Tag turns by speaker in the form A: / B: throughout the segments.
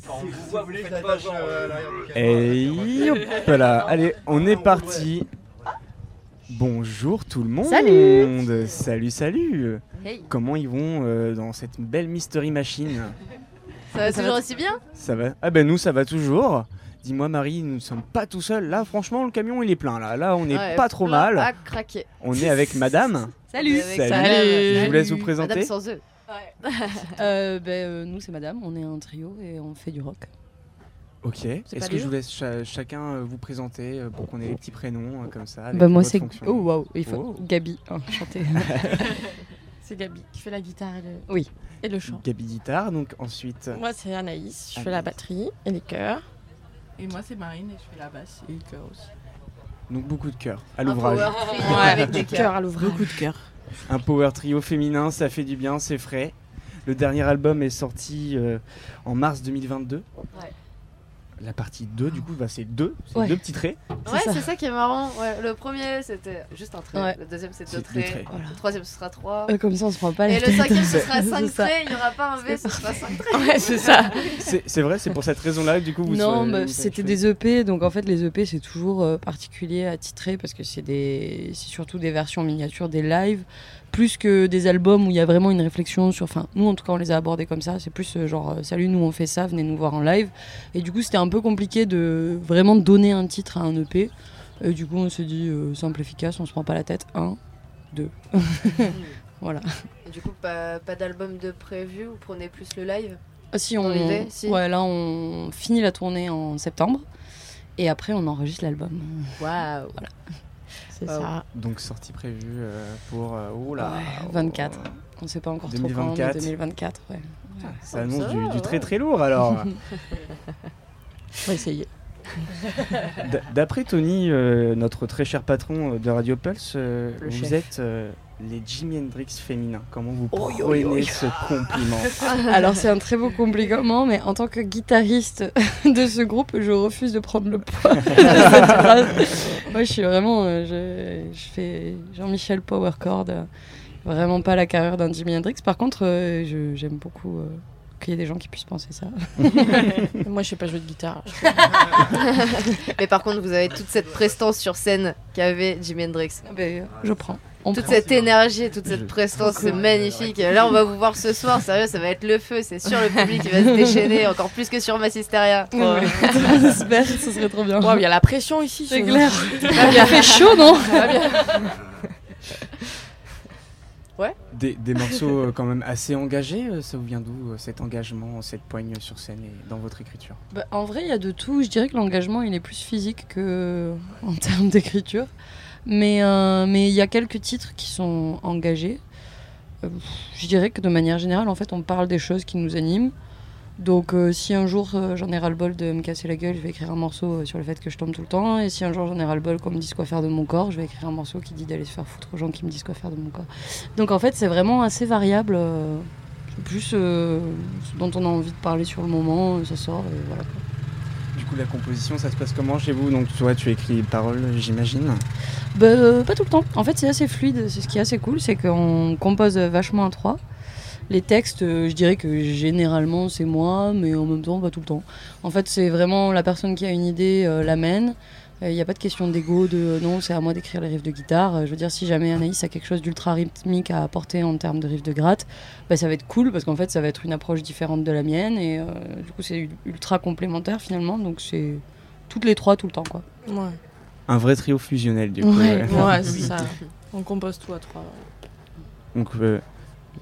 A: Enfin, on vous voit, vous faites pas genre, euh,
B: Et Eh, hop là, allez, on est parti. Bonjour tout le monde.
C: Salut.
B: salut, salut.
C: Hey,
B: Comment ils vont euh, dans cette belle mystery machine
C: ça va toujours aussi bien
B: Ça va Ah ben nous, ça va toujours. Dis-moi Marie, nous ne sommes pas tout seuls. Là, franchement, le camion il est plein. Là, là, on n'est
C: Ouais,
B: pas trop
C: plein Ah.
B: mal.
C: À craquer.
B: On est avec Madame.
D: Salut.
C: Avec
B: Salut.
C: Madame.
B: Je vous laisse vous
D: Salut.
C: Madame
B: présenter.
C: sans eux.
D: Euh, ben, euh, nous c'est Madame, on est un trio et on fait du rock.
B: Ok. Est-ce
C: pas
B: que je
C: dur.
B: vous laisse cha- chacun euh, vous présenter euh, pour qu'on ait les petits prénoms euh, comme ça avec
D: Bah, moi
B: votre
D: c'est
B: fonction.
D: oh waouh, il faut
B: Oh.
D: Gabi, hein, enchantée.
E: C'est Gabi qui fait la guitare et le,
D: Oui.
E: et le chant.
B: Gabi Guitare, donc ensuite.
E: Moi, c'est Anaïs, je fais
B: Anaïs.
E: la batterie et les chœurs.
F: Et moi, c'est Marine et je fais la basse et le cœur aussi.
B: Donc beaucoup de cœur à l'ouvrage.
C: Un power trio
E: Ouais.
C: avec des cœurs.
E: à l'ouvrage.
D: de cœur.
B: Un power trio féminin, ça fait du bien, c'est frais. Le dernier album est sorti euh, en mars 2022.
C: Ouais.
B: La partie 2, du coup, bah, c'est deux, c'est
D: Ouais.
B: deux petits traits.
C: Ouais,
D: ça.
C: c'est ça qui est marrant. Ouais, le premier c'était juste un trait.
D: Ouais.
C: Le deuxième c'est
B: C'est
C: deux
B: deux
C: traits.
B: traits.
D: Voilà.
C: Le troisième ce sera trois.
D: Euh, comme ça on se prend pas la
C: Et le
D: tête.
C: cinquième ce
B: C'est-
C: sera cinq
D: c'est ça.
C: traits. Il n'y aura pas un V, ce sera cinq traits.
E: Ouais, c'est ça.
B: C'est c'est vrai, c'est pour cette raison-là, que, du coup, vous
D: Non,
B: serez- vous
D: mais
B: avez
D: c'était
B: fait-
D: des EP, donc en fait les EP c'est toujours euh, particulier à titrer parce que c'est des, c'est surtout des versions miniatures des lives, plus que des albums où il y a vraiment une réflexion sur. Enfin, nous en tout cas on les a abordés comme ça. C'est plus euh, genre euh, salut, nous on fait ça, venez nous voir en live. Et du coup c'était un peu compliqué de vraiment donner un titre à un EP. Et du coup on s'est dit euh, simple efficace, on se prend pas la tête. hein. Un, deux, voilà.
C: Et du coup, pas, pas d'album de prévu. Vous prenez plus le live.
D: Ah, si,
C: Dans
D: on,
C: l'idée, si.
D: ouais, là on finit la tournée en septembre et après on enregistre l'album.
C: Waouh.
E: C'est
C: Wow.
E: ça.
B: Donc, sortie prévue euh, pour. euh, oh là,
D: Ouais,
B: oh.
D: 24. On sait pas encore trop quand,
B: 2024.
D: mais 2024, ouais.
B: Ça annonce
C: Ça
B: du,
C: va,
B: du très
C: ouais.
B: très lourd alors.
D: On va essayer.
B: D- D'après Tony, euh, notre très cher patron euh, de Radio Pulse, euh,
D: Le
B: vous
D: chef.
B: êtes euh, les Jimi Hendrix féminins. Comment vous
C: Oh,
B: prenez
C: yo, yo, yo.
B: ce compliment
D: Alors c'est un très beau compliment, mais en tant que guitariste de ce groupe, je refuse de prendre le poids de cette phrase. Moi je suis vraiment, euh, je, je fais Jean-Michel Powerchord, euh, vraiment pas la carrière d'un Jimi Hendrix. Par contre, euh, je- j'aime beaucoup euh, qu'il y ait des gens qui puissent penser ça.
E: Moi, je sais pas jouer de guitare.
C: Mais par contre, vous avez toute cette prestance sur scène qu'avait Jimi Hendrix.
D: Ben, je prends. On
C: Toute
D: prend.
C: cette énergie, toute
B: Je-
C: cette prestance, c'est magnifique. Là, on va vous voir ce soir, sérieux, ça va être le feu. C'est sûr, le public il va se déchaîner encore plus que sur Massisteria.
D: Ouais. J'espère, ce serait trop bien.
E: Waouh, il y a la pression ici.
D: C'est
E: ce-
D: clair. Il fait chaud, non
B: Des, des morceaux euh, quand même assez engagés, euh, ça vous vient d'où euh, cet engagement, cette poigne sur scène et dans votre écriture
D: Bah, En vrai, il y a de tout. Je dirais que l'engagement, il est plus physique que euh, en termes d'écriture. Mais euh, mais il y a quelques titres qui sont engagés. Euh, pff, je dirais que de manière générale, en fait, on parle des choses qui nous animent. Donc, euh, si un jour euh, j'en ai ras-le-bol de me casser la gueule, je vais écrire un morceau euh, sur le fait que je tombe tout le temps. Et si un jour j'en ai ras-le-bol qu'on me dise quoi faire de mon corps, je vais écrire un morceau qui dit d'aller se faire foutre aux gens qui me disent quoi faire de mon corps. Donc, en fait, c'est vraiment assez variable. euh, c'est plus euh, ce dont on a envie de parler sur le moment, euh, ça sort, et voilà. quoi.
B: Du coup, la composition, ça se passe comment chez vous Donc, toi, tu écris les paroles, j'imagine.
D: Bah, euh, pas tout le temps. En fait, c'est assez fluide. C'est ce qui est assez cool, c'est qu'on compose euh, vachement à trois. Les textes, euh, je dirais que généralement c'est moi, mais en même temps pas tout le temps. En fait, c'est vraiment la personne qui a une idée euh, l'amène. Il n'y a pas de question d'ego, de euh, non, c'est à moi d'écrire les riffs de guitare. Euh, je veux dire, si jamais Anaïs a quelque chose d'ultra rythmique à apporter en termes de riffs de gratte, bah, ça va être cool parce qu'en fait, ça va être une approche différente de la mienne et euh, du coup, c'est ultra complémentaire finalement. Donc, c'est toutes les trois tout le temps quoi.
E: Ouais,
B: Un vrai trio fusionnel, du coup.
D: Ouais.
B: euh.
E: ouais c'est ça. On compose tout à trois.
B: Donc, euh,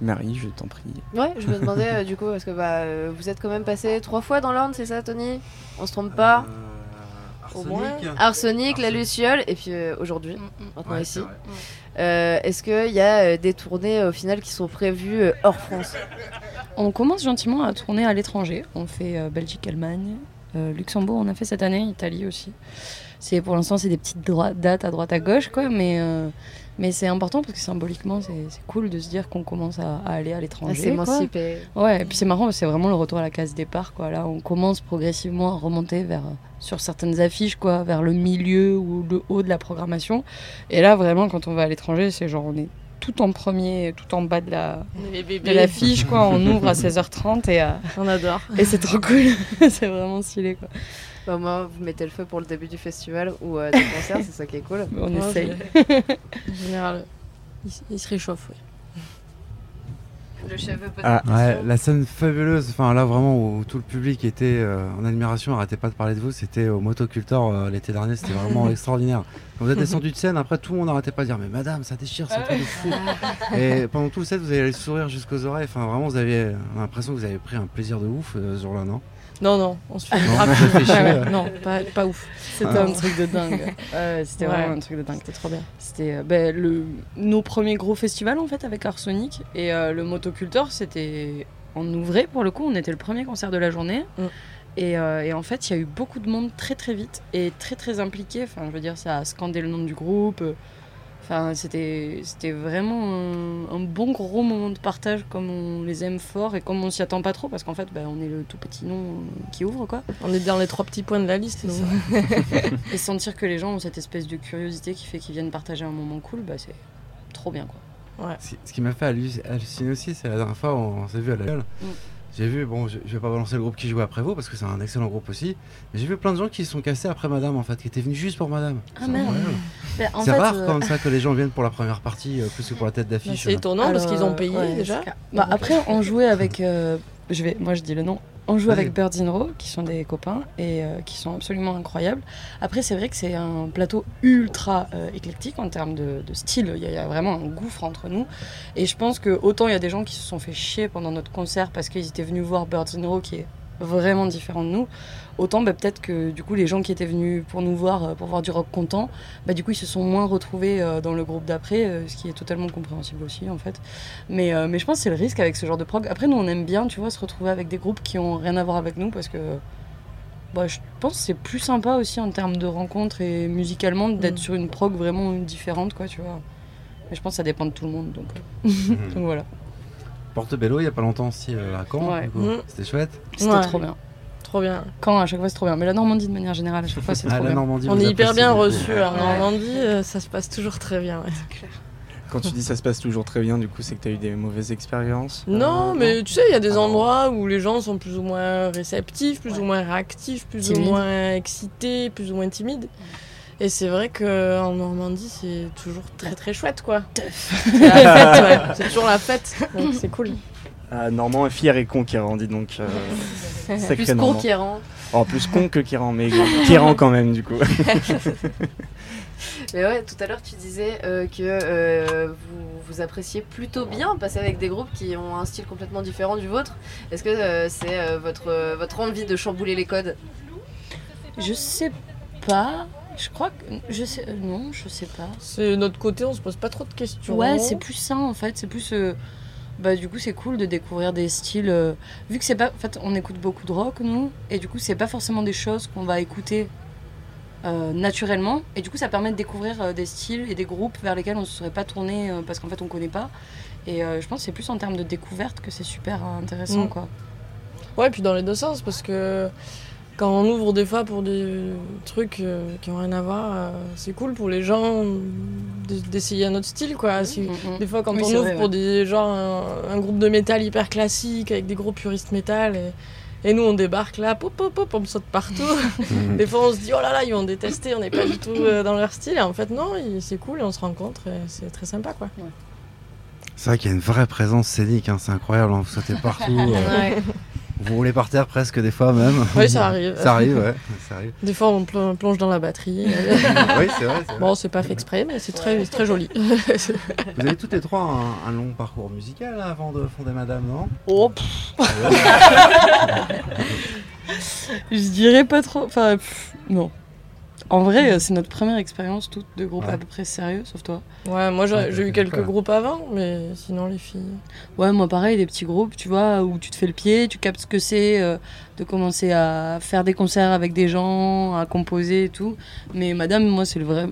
B: Marie, je t'en prie.
C: Ouais, je me demandais euh, du coup, parce que bah, euh, vous êtes quand même passé trois fois dans l'Orne, c'est ça, Tony On se trompe pas
B: Euh,
A: Euh,
E: Au moins.
C: Arsenic, la Luciole, et puis euh, aujourd'hui, maintenant
A: Ouais,
C: ici.
A: c'est vrai.
C: Euh, Est-ce qu'il y a euh, des tournées euh, au final qui sont prévues euh, hors France
D: On commence gentiment à tourner à l'étranger. On fait euh, Belgique, Allemagne, euh, Luxembourg, on a fait cette année, Italie aussi. C'est pour l'instant c'est des petites droi- dates à droite à gauche quoi, mais euh, mais c'est important parce que symboliquement c'est c'est cool de se dire qu'on commence à, à aller à
C: À
D: l'étranger. quoi.
C: s'émanciper
D: Ouais, et puis c'est marrant, parce que c'est vraiment le retour à la case départ quoi. Là, on commence progressivement à remonter vers sur certaines affiches quoi, vers le milieu ou le haut de la programmation. Et là vraiment quand on va à l'étranger, c'est genre on est tout en premier, tout en bas de la,
E: Les
D: de
E: bébés.
D: l'affiche, quoi. On ouvre à 16h30 et, euh,
E: On adore.
D: et c'est trop cool. c'est vraiment stylé, quoi.
C: Bah, moi, vous mettez le feu pour le début du festival ou euh, du concert, c'est ça qui est cool.
D: On
E: Ouais,
D: essaye.
E: En général, ils, s- ils se réchauffent. ouais.
C: Le chef veut poser
G: Ah,
C: une question.
G: ouais, la scène fabuleuse, enfin là vraiment où tout le public était euh, en admiration, arrêtait pas de parler de vous, c'était au Motocultor euh, l'été dernier, c'était vraiment extraordinaire. Quand vous êtes descendu de scène, après tout le monde n'arrêtait pas de dire mais madame ça déchire, c'est un truc de fou. Et pendant tout le set, vous avez le sourire jusqu'aux oreilles, enfin vraiment vous avez l'impression que vous avez pris un plaisir de ouf euh, ce jour-là, non
E: Non, non, on se fait
G: Non,
E: grave
G: ça fait
E: chier.
G: chier,
E: Ah, Ouais, ouais,
G: ouais.
E: Non, pas, pas ouf.
D: C'était un truc de dingue. Ouais, c'était
E: Ah. Ouais.
D: vraiment un truc de dingue.
E: C'était trop bien.
D: C'était euh, ben, le, nos premiers gros festivals en fait avec Arsonic et euh, le Motocultor c'était en ouvré pour le coup on était le premier concert de la journée
E: Mm.
D: et, euh, et en fait il y a eu beaucoup de monde très très vite et très très impliqué enfin je veux dire ça a scandé le nom du groupe euh, enfin c'était c'était vraiment un, un bon gros moment de partage comme on les aime fort et comme on s'y attend pas trop parce qu'en fait ben, on est le tout petit nom euh, qui ouvre quoi
E: On est dans les trois petits points de la liste. donc.
D: et sentir que les gens ont cette espèce de curiosité qui fait qu'ils viennent partager un moment cool bah c'est trop bien quoi
G: Ce ce qui m'a fait halluc- halluciner aussi, c'est la dernière fois on s'est vu à la gueule.
D: Mm.
G: J'ai vu, bon, je, je vais pas balancer le groupe qui joue après vous parce que c'est un excellent groupe aussi, mais j'ai vu plein de gens qui se sont cassés après Madame en fait, qui étaient venus juste pour Madame.
D: Ah,
G: C'est
D: merde.
G: incroyable.
D: Bah, en
G: C'est
D: fait,
G: rare
D: euh,
G: comme ça que les gens viennent pour la première partie euh, plus que pour la tête
E: Bah,
G: d'affiche.
E: C'est étonnant parce
D: alors,
E: qu'ils ont payé
D: Euh, ouais,
E: déjà.
D: c'est clair. Bah, après, on jouait avec. euh, je vais, moi, je dis le nom. On joue
G: Ouais.
D: avec Birds in Row, qui sont des copains et euh, qui sont absolument incroyables. Après, c'est vrai que c'est un plateau ultra euh, éclectique en termes de, de style. Il y, a- il y a vraiment un gouffre entre nous. Et je pense que autant il y a des gens qui se sont fait chier pendant notre concert parce qu'ils étaient venus voir Birds in Row, qui est vraiment différent de nous. Autant bah, peut-être que du coup les gens qui étaient venus pour nous voir, euh, pour voir du rock content, bah, du coup ils se sont moins retrouvés euh, dans le groupe d'après, euh, ce qui est totalement compréhensible aussi en fait. Mais, euh, mais je pense que c'est le risque avec ce genre de prog. Après, nous, on aime bien, tu vois, se retrouver avec des groupes qui ont rien à voir avec nous parce que bah, je pense que c'est plus sympa aussi en termes de rencontres et musicalement d'être
E: Mm.
D: sur une prog vraiment différente, quoi, tu vois. Mais je pense que ça dépend de tout le monde, donc, euh,
G: Mhm.
D: donc voilà.
G: Portobello, il y a pas longtemps aussi euh, à Caen,
D: Ouais.
G: du coup.
E: Mm.
G: c'était chouette.
D: C'était
E: Ouais.
D: trop bien.
E: Trop bien.
D: Quand à chaque fois, c'est trop bien. Mais la Normandie, de manière générale, à chaque fois, c'est
G: Ah,
D: trop
G: la
D: bien.
G: Normandie,
E: On
G: vous
E: est hyper
G: appréciez
E: bien
G: beaucoup.
E: reçus en
G: Ouais.
E: Normandie, euh, ça se passe toujours très bien. ouais.
D: Ah,
B: Quand tu dis ça se passe toujours très bien, du coup, c'est que tu as eu des mauvaises expériences euh,
E: Non, mais tu sais, il y a des
B: Alors-
E: endroits où les gens sont plus ou moins réceptifs, plus
D: Ouais.
E: ou moins réactifs, plus
D: Timides.
E: ou moins excités, plus ou moins timides. Et c'est vrai que euh, en Normandie, c'est toujours très très chouette, quoi. C'est la fête, ouais. C'est toujours la fête, donc c'est cool.
B: Ah, Normand est fier et conquérant, dis donc. euh, sacré
C: Plus
B: Normand.
C: conquérant.
B: Oh, plus con que Kéran, mais Kéran quand même, du coup.
C: Mais ouais, tout à l'heure tu disais euh, que euh, vous, vous appréciez plutôt bien passer avec des groupes qui ont un style complètement différent du vôtre. Est-ce que euh, c'est euh, votre, euh, votre envie de chambouler les codes
D: Je sais pas. Je crois que. Je sais... euh, Non, je sais pas.
E: C'est notre côté, on se pose pas trop de questions.
D: Ouais, c'est plus ça en fait. C'est plus. euh, Bah, du coup, c'est cool de découvrir des styles. euh, Vu que c'est pas. En fait, on écoute beaucoup de rock, nous. Et du coup, c'est pas forcément des choses qu'on va écouter euh, naturellement. Et du coup, ça permet de découvrir euh, des styles et des groupes vers lesquels on se serait pas tourné euh, parce qu'en fait, on connaît pas. Et euh, je pense que c'est plus en termes de découverte que c'est super euh, intéressant,
E: Mm.
D: quoi.
E: Ouais, puis dans les deux sens, parce que quand on ouvre des fois pour des trucs euh, qui ont rien à voir, euh, c'est cool pour les gens d- d'essayer un autre style, quoi. C'est-
D: Mm, mm.
E: Des fois, quand
D: Oui,
E: on
D: c'est
E: ouvre
D: vrai,
E: pour
D: ouais.
E: des genre un, un groupe de métal hyper classique avec des gros puristes métal et, et nous on débarque là, pop pop pop, on saute partout.
G: Mhm.
E: des fois, on se dit oh là là, ils vont détester, on n'est pas du tout euh, dans leur style. Et en fait, non, ils- c'est cool, et on se rencontre, et c'est très sympa quoi.
G: C'est vrai qu'il y a une vraie présence scénique, hein, c'est incroyable, hein, vous sautez partout, euh, vous roulez par terre presque des fois même.
E: Oui, ça arrive.
G: ça arrive, ouais. Ça arrive.
E: Des fois, on plon- plonge dans la batterie.
G: oui, c'est vrai. c'est vrai.
E: bon, c'est pas fait exprès, mais c'est très, c'est très joli.
G: Vous avez toutes les trois un, un long parcours musical là, avant de fonder Madame, non
D: Oh, Je dirais pas trop. Enfin, pff, non. En vrai, euh, c'est notre première expérience toute de groupe
G: Ouais.
D: à peu près sérieux, sauf toi.
E: Ouais, moi j'ai
G: Ouais,
E: j'ai
G: Ah, t'as
E: eu
G: fait
E: quelques
G: quoi
E: groupes avant, mais sinon les filles.
D: Ouais, moi pareil, des petits groupes, tu vois, où tu te fais le pied, tu captes ce que c'est, euh, de commencer à faire des concerts avec des gens, à composer et tout. Mais madame, moi, c'est le vrai.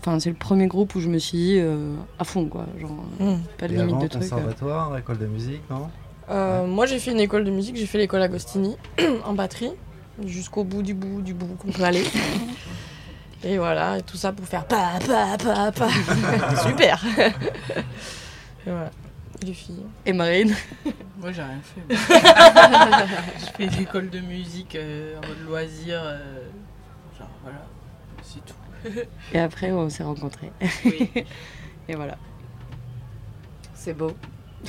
D: Enfin, c'est le premier groupe où je me suis dit euh, à fond, quoi. Genre, euh,
E: Mm.
D: pas de
G: Et
D: limite
G: avant,
D: de truc. euh.
G: conservatoire, école de musique, non
E: Euh, Moi j'ai fait une école de musique, j'ai fait l'école Agostini en batterie, jusqu'au bout du bout du bout qu'on peut aller. Et voilà, et tout ça pour faire pa pa pa pa. Super Et voilà. Les filles.
D: euh. Et Marine
F: Moi, j'ai rien fait. moi. je fais l'école de musique euh, en mode loisir. euh, genre, voilà. C'est tout.
D: Et après, on s'est rencontrés.
F: Oui.
D: Et voilà.
C: C'est beau.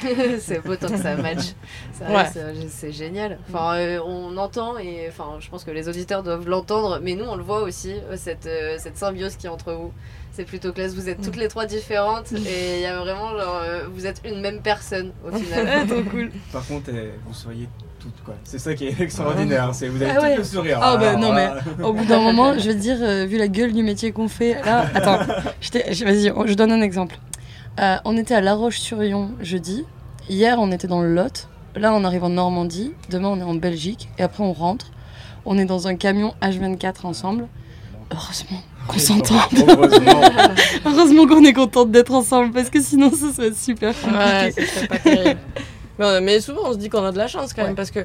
C: c'est beau tant que ça match. Ça, euh,
E: Ouais.
C: c'est- C'est génial. Enfin, euh, on entend et enfin, je pense que les auditeurs doivent l'entendre, mais nous on le voit aussi euh, cette, euh, cette symbiose qui est entre vous. C'est plutôt classe. Vous êtes toutes les trois différentes et il y a vraiment genre euh, vous êtes une même personne au final.
E: trop cool.
B: Par contre, euh, vous souriez toutes, quoi. C'est ça qui est extraordinaire. C'est vous avez
D: Ah ouais.
B: toutes le sourire. euh,
D: Ah bah, non,
B: voilà.
D: Au bout d'un moment, je veux dire, euh, vu la gueule du métier qu'on fait, là, attends, je t'ai- je- vas-y, on- je donne un exemple. Euh, on était à La Roche-sur-Yon jeudi. Hier, on était dans le Lot. Là, on arrive en Normandie. Demain, on est en Belgique. Et après, on rentre. On est dans un camion H24 ensemble. Heureusement qu'on s'entend.
B: Heureusement.
D: Heureusement qu'on est contente d'être ensemble parce que sinon, ce serait super compliqué.
E: Ouais, ça serait pas terrible. mais, on- mais souvent, on se dit qu'on a de la chance quand même,
D: Ouais. Mm.
E: parce que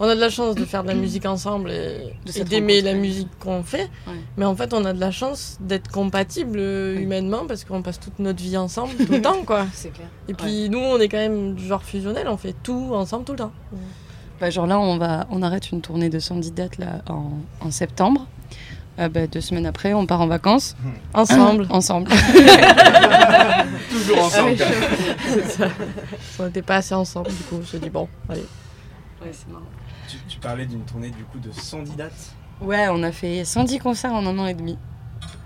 E: on a de la chance de faire de la musique ensemble et
D: De
E: et
D: s'être
E: d'aimer la
D: rencontrés.
E: musique qu'on fait.
D: Ouais.
E: Mais en fait, on a de la chance d'être compatibles euh,
D: Oui.
E: humainement, parce qu'on passe toute notre vie ensemble, tout le temps, quoi.
C: C'est clair.
E: Et puis, nous, on est quand même du genre fusionnel, on fait tout ensemble tout le temps.
D: Bah, genre là, on, va, on arrête une tournée de 110 dates là, en, en septembre. Euh, bah, deux semaines après, on part en vacances.
E: Ensemble.
D: Ensemble.
B: Toujours ensemble. quoi.
D: Ah.
E: on n'était pas assez ensemble, du coup, on se dit, bon, allez.
B: Tu, tu parlais d'une tournée du coup de 110 dates.
D: Ouais, on a fait 110 concerts en un an et demi.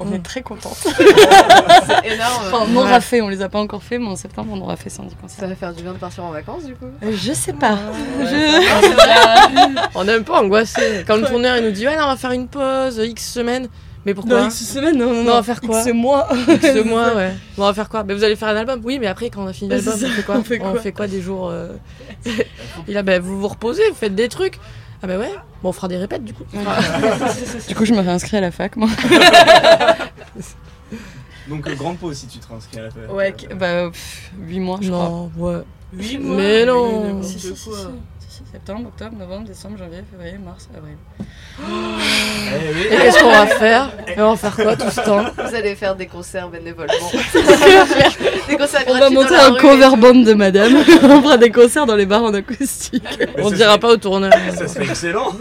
D: On
E: Mm.
D: est très contentes.
C: C'est énorme.
D: Enfin, on aura
E: Ouais.
D: fait, on les a pas encore fait, mais en septembre, on aura fait 110
C: ça
D: concerts.
C: va faire du bien de partir en vacances du coup.
D: Euh, Je sais pas. Je-
E: On est un peu angoissé. Quand le tourneur, il nous dit, ouais, là, on va faire une pause, X semaines. Mais pourquoi
D: Dans X semaines, non, non,
E: Non,
D: non.
E: on va faire quoi
D: C'est moi.
E: Deux mois, ouais. Bon, on va faire quoi Mais vous allez faire un album Oui, mais après, quand on a fini l'album,
D: C'est
E: on
D: ça,
E: fait quoi
D: on fait quoi
E: des jours euh, Il a, ben, vous vous reposez, vous faites des trucs. Ah, ben ouais, bon, on fera des répètes du coup.
D: Du coup, je me réinscris à la fac, moi.
B: Donc euh, grande pause si tu te réinscris à la Euh, fête.
D: Ouais, qu- bah, 8 mois, je crois.
E: non, ouais.
F: Oui,
E: Mais non.
F: n'importe
D: Si, si, si, si.
F: quoi.
D: Si, si, Septembre, octobre, novembre, décembre, janvier, février, mars, avril.
B: Eh oui.
E: Et qu'est-ce qu'on va faire Et on va faire quoi tout ce temps
C: Vous allez faire des concerts bénévolement. des concerts gratuits
D: On va
C: dans
D: monter
C: la
D: un
C: rue et
D: cover
C: tout.
D: band de madame. on fera des concerts dans les bars en acoustique.
B: Mais
E: On
B: ça
E: dira
B: serait-
E: pas au tourneur.
B: Ça serait excellent.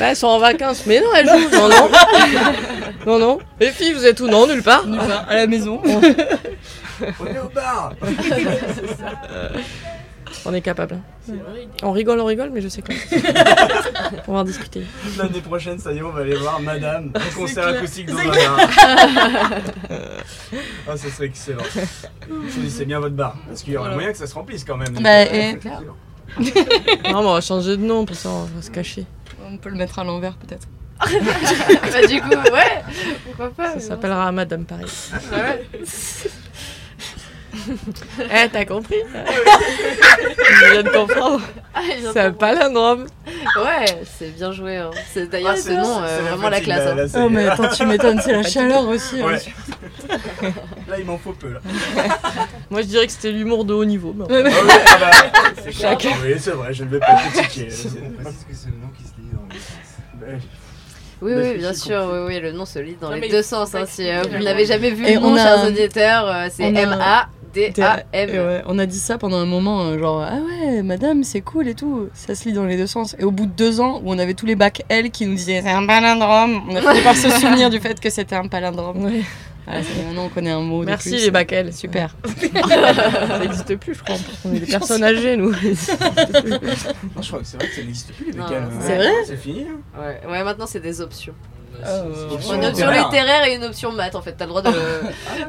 E: Bah, elles sont en vacances. Mais non, elles jouent. Non, non. Non, non. Les filles, vous êtes où Non, nulle part.
D: à la maison.
B: On est au bar.
E: On est capable. hein.
F: C'est horrible.
E: On rigole, on rigole, mais je sais quoi. on va en discuter.
B: L'année prochaine, ça y est, on va aller voir Madame. Un concert
F: clair.
B: acoustique dans un bar. Ah, ça serait excellent. Je vous dis, c'est bien votre bar. Parce qu'il y aurait
F: Voilà.
B: moyen que ça se remplisse quand même. euh,
D: Bah, et-
E: Non, mais on va changer de nom, pour ça, on va se cacher.
D: On peut le mettre à l'envers peut-être.
C: Bah du coup ouais. Pourquoi pas
E: Ça
C: Ah, mais bon.
E: s'appellera Madame Paris.
C: Ah ouais.
E: Eh, t'as compris Je viens de comprendre.
C: Ah, il vient de
E: C'est un palindrome.
C: Ouais, c'est bien joué. hein. C'est d'ailleurs
B: Ah,
C: ce nom, euh, vraiment la
B: bah,
C: classe. hein.
D: Oh mais attends, tu m'étonnes, c'est la chaleur aussi. hein.
B: Ouais. Là, il m'en faut peu. Là.
E: Moi, je dirais que c'était l'humour de haut niveau. mais-
B: Ah oui, ah bah, c'est clair.
E: Chacun.
B: Oui, c'est vrai, je ne vais pas critiquer.
G: On précise que c'est le nom qui se dit dans le
B: Euh,
C: Oui,
B: Bah,
C: oui,
B: c'est
C: bien
B: c'est
C: sûr. Oui, oui, le nom se lit dans
F: Non,
C: les
F: mais
C: deux
F: il
C: sens.
F: faut
C: hein. Si euh, vous
F: expliquer.
C: ne l'avez jamais vu,
D: Et
C: le
D: on
C: nom,
D: a
C: chers
D: un-
C: auditeurs, euh, c'est
D: on a un-
C: M-A-D-A-M.
D: Et ouais, on a dit ça pendant un moment, euh, genre ah ouais, madame, c'est cool et tout. Ça se lit dans les deux sens. Et au bout de deux ans, où on avait tous les bacs L qui nous disaient c'est un palindrome, on a fini par se souvenir du fait que c'était un palindrome.
E: Ouais.
D: Voilà, c'est- maintenant on connaît un mot. de
E: Merci
D: plus.
E: les bacs
D: Super.
E: Ça n'existe plus, je crois. en plus. On est des personnes âgées, nous.
B: Non, je crois que c'est vrai que ça n'existe plus, les
C: Non,
B: bécanes.
C: c'est
B: Ouais,
D: vrai
B: C'est fini. hein.
C: Ouais. ouais, maintenant c'est des options.
B: Option
C: Une option
B: littéraire.
C: littéraire et une option maths en fait. T'as le droit de,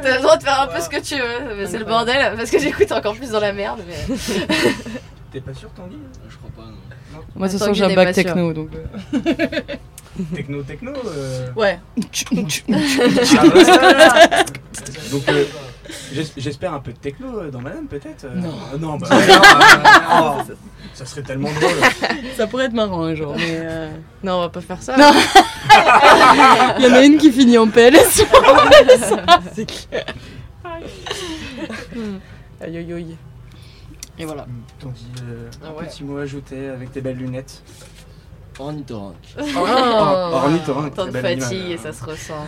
C: t'as le droit de faire un peu ce que tu veux.
D: Ah,
C: Mais c'est le bordel parce que j'écoute encore plus dans la merde. Mais...
B: T'es pas sûr, Tanguy
A: Je crois pas, non.
D: Moi de
C: Tanguy
D: toute façon j'ai
C: n'est
D: un
C: pas
D: bac
C: sûr.
D: techno donc. euh,
B: Techno, techno. euh,
D: Ouais.
B: Ah, voilà. Donc, euh, j'es- j'espère un peu de techno euh, dans Madame, peut-être euh,
D: Non.
B: euh, Non, bah, non, euh, oh, ça serait tellement drôle.
D: ça pourrait être marrant un jour. Mais euh,
E: Non, on va pas faire ça.
D: Non. il y en a une qui finit en PLS.
E: c'est clair. Aïe, aïe, aïe.
D: Et voilà.
B: Tanguy, euh, un
C: Ah ouais.
B: petit mot ajouté avec tes belles lunettes.
A: Ornithorynque.
D: Ah,
B: Ornithorynque,
C: Tant Ah, de
B: très belle
C: fatigue
B: image.
C: et ça se ressent.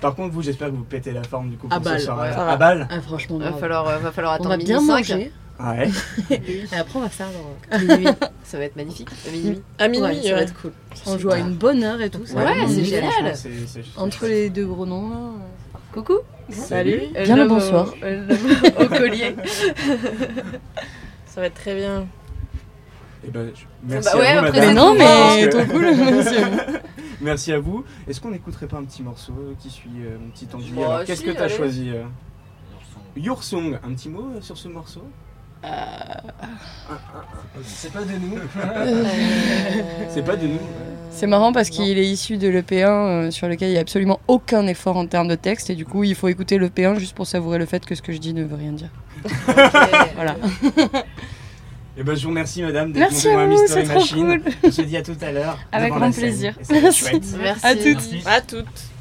B: Par contre, vous, j'espère que vous pétez la forme du coup
D: À
B: pour ce
D: balle,
B: soir.
D: ouais.
B: à, à balle Ah
D: Ah, franchement,
C: Va
D: grave.
C: falloir, euh, va falloir
D: on
C: attendre
D: va
C: minuit
D: bien
C: cinq.
D: manger.
B: Ouais.
D: Et après, on va faire euh, genre.
C: Minuit. Ça va être magnifique. à Minuit.
E: À minuit,
D: Ouais, ça va
E: ouais.
D: être cool. On joue à une bonne heure et tout. ça
C: Ouais,
D: va être
C: c'est
D: magnifique.
C: génial.
B: franchement, c'est- c'est-
D: Entre les deux gros noms, là.
C: Coucou.
B: Salut.
C: Euh,
D: Bien le
C: l'homme au-
D: bonsoir.
C: euh, l'homme Au collier.
E: Ça va être très bien.
B: Eh ben, je- merci
C: ouais,
B: à vous, madame.
C: après, c'est
D: Mais non,
C: trop
D: mais
B: Parce que-
D: trop cool. monsieur.
B: Merci à vous. Est-ce qu'on n'écouterait pas un petit morceau euh, qui suit euh, mon petit anglais
C: Bah,
B: Alors, Qu'est-ce
C: si,
B: que t'as
C: allez.
B: choisi euh Your Song, un petit mot euh, sur ce morceau C'est pas de nous.
D: Euh,
B: C'est pas de nous.
D: C'est marrant parce qu'il est issu de l'EP1 euh, sur lequel il n'y a absolument aucun effort en termes de texte et du coup il faut écouter l'EP1 juste pour savourer le fait que ce que je dis ne veut rien dire.
C: Euh, Ok.
D: Voilà.
B: Eh ben, je vous remercie, madame, d'être
D: Merci
B: venue
D: à
B: à
D: vous, c'est
B: Mystery
D: trop
B: Machine.
D: cool.
B: On se dit à tout à l'heure.
D: Avec
B: devant
D: grand
B: la scène.
D: plaisir.
B: Et ça va être chouette.
C: Merci.
D: À toutes.
E: À toutes.